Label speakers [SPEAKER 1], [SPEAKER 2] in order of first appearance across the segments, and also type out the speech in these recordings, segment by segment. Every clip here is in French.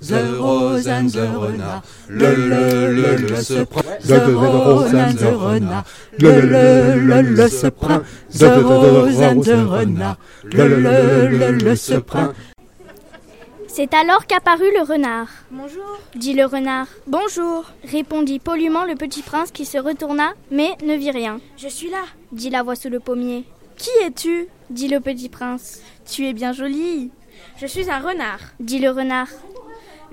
[SPEAKER 1] The Rose and the Renard, le le le le se prend, The Rose and the Renard, le le le le se prend, The Rose and the Renard, le le le le se prend.
[SPEAKER 2] C'est alors qu'apparut le renard,
[SPEAKER 3] Bonjour.
[SPEAKER 2] dit le renard,
[SPEAKER 3] Bonjour.
[SPEAKER 2] répondit poliment le petit prince qui se retourna, mais ne vit rien,
[SPEAKER 3] Je suis là.
[SPEAKER 2] dit la voix sous le pommier,
[SPEAKER 3] Qui es-tu
[SPEAKER 2] dit le petit prince,
[SPEAKER 3] Tu es bien jolie. Je suis un renard.
[SPEAKER 2] dit le renard,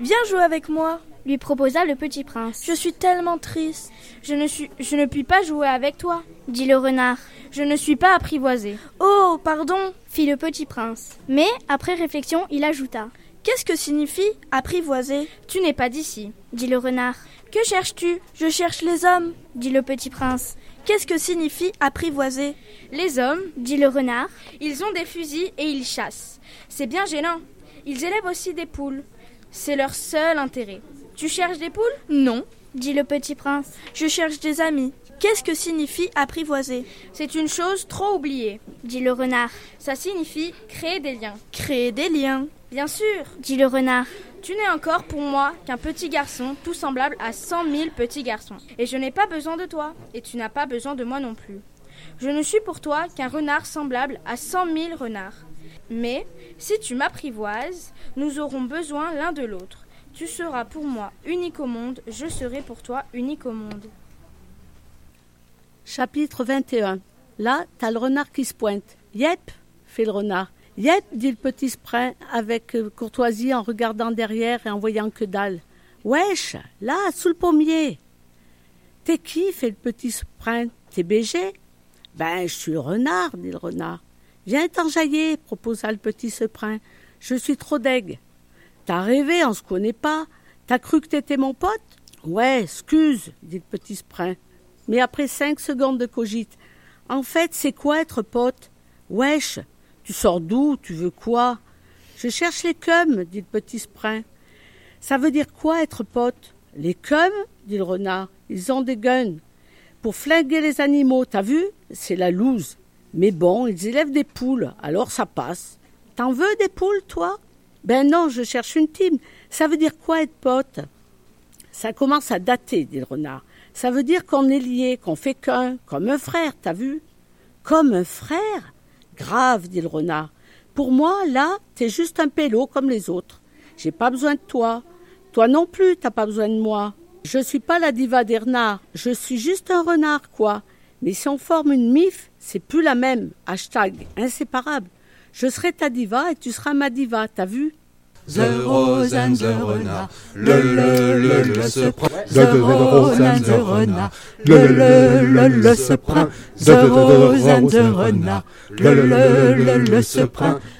[SPEAKER 3] Viens jouer avec moi.
[SPEAKER 2] lui proposa le petit prince,
[SPEAKER 3] Je suis tellement triste. Je ne suis je ne puis pas jouer avec toi.
[SPEAKER 2] dit le renard,
[SPEAKER 3] Je ne suis pas apprivoisé. Oh, pardon.
[SPEAKER 2] fit le petit prince. Mais, après réflexion, il ajouta,
[SPEAKER 3] Qu'est-ce que signifie apprivoisé Tu n'es pas d'ici.
[SPEAKER 2] dit le renard,
[SPEAKER 3] Que cherches-tu Je cherche les hommes.
[SPEAKER 2] dit le petit prince,
[SPEAKER 3] Qu'est-ce que signifie apprivoiser Les hommes,
[SPEAKER 2] dit le renard,
[SPEAKER 3] ils ont des fusils et ils chassent. C'est bien gênant. Ils élèvent aussi des poules. C'est leur seul intérêt. Tu cherches des poules Non.
[SPEAKER 2] dit le petit prince,
[SPEAKER 3] Je cherche des amis. Qu'est-ce que signifie apprivoiser C'est une chose trop oubliée.
[SPEAKER 2] dit le renard,
[SPEAKER 3] Ça signifie créer des liens. Créer des liens. Bien sûr.
[SPEAKER 2] dit le renard,
[SPEAKER 3] Tu n'es encore pour moi qu'un petit garçon, tout semblable à cent mille petits garçons. Et je n'ai pas besoin de toi, et tu n'as pas besoin de moi non plus. Je ne suis pour toi qu'un renard semblable à cent mille renards. Mais si tu m'apprivoises, nous aurons besoin l'un de l'autre. Tu seras pour moi unique au monde, je serai pour toi unique au monde.
[SPEAKER 4] Chapitre 21. Là, t'as le renard qui se pointe. Yep, fait le renard. Yep, dit le petit sprint avec euh, courtoisie en regardant derrière et en voyant que dalle. Wesh, là, sous le pommier. T'es qui fait le petit sprint T'es BG Ben, je suis le renard, dit le renard. Viens t'enjailler, proposa le petit sprint. Je suis trop deg. T'as rêvé, on se connaît pas. T'as cru que t'étais mon pote Ouais, excuse, dit le petit sprint. Mais après cinq secondes de cogite, en fait, c'est quoi être pote Wesh, tu sors d'où Tu veux quoi Je cherche les cums, dit le petit sprint. Ça veut dire quoi être pote Les cums, dit le renard. Ils ont des guns. Pour flinguer les animaux, t'as vu C'est la loose. Mais bon, ils élèvent des poules, alors ça passe. T'en veux des poules, toi Ben non, je cherche une team. Ça veut dire quoi être pote Ça commence à dater, dit le renard. Ça veut dire qu'on est lié, qu'on fait qu'un, comme un frère, t'as vu Comme un frère Grave, dit le renard. Pour moi, là, t'es juste un pélo comme les autres. J'ai pas besoin de toi. Toi non plus, t'as pas besoin de moi. Je suis pas la diva des renards, je suis juste un renard, quoi. Mais si on forme une mif, c'est plus la même. Hashtag inséparable. Je serai ta diva et tu seras ma diva, t'as vu
[SPEAKER 1] The Rose and the Renard, le le le le se prend, The Rose and the Renard, le le le le se prend, The Rose and the Renard, le le le le se prend.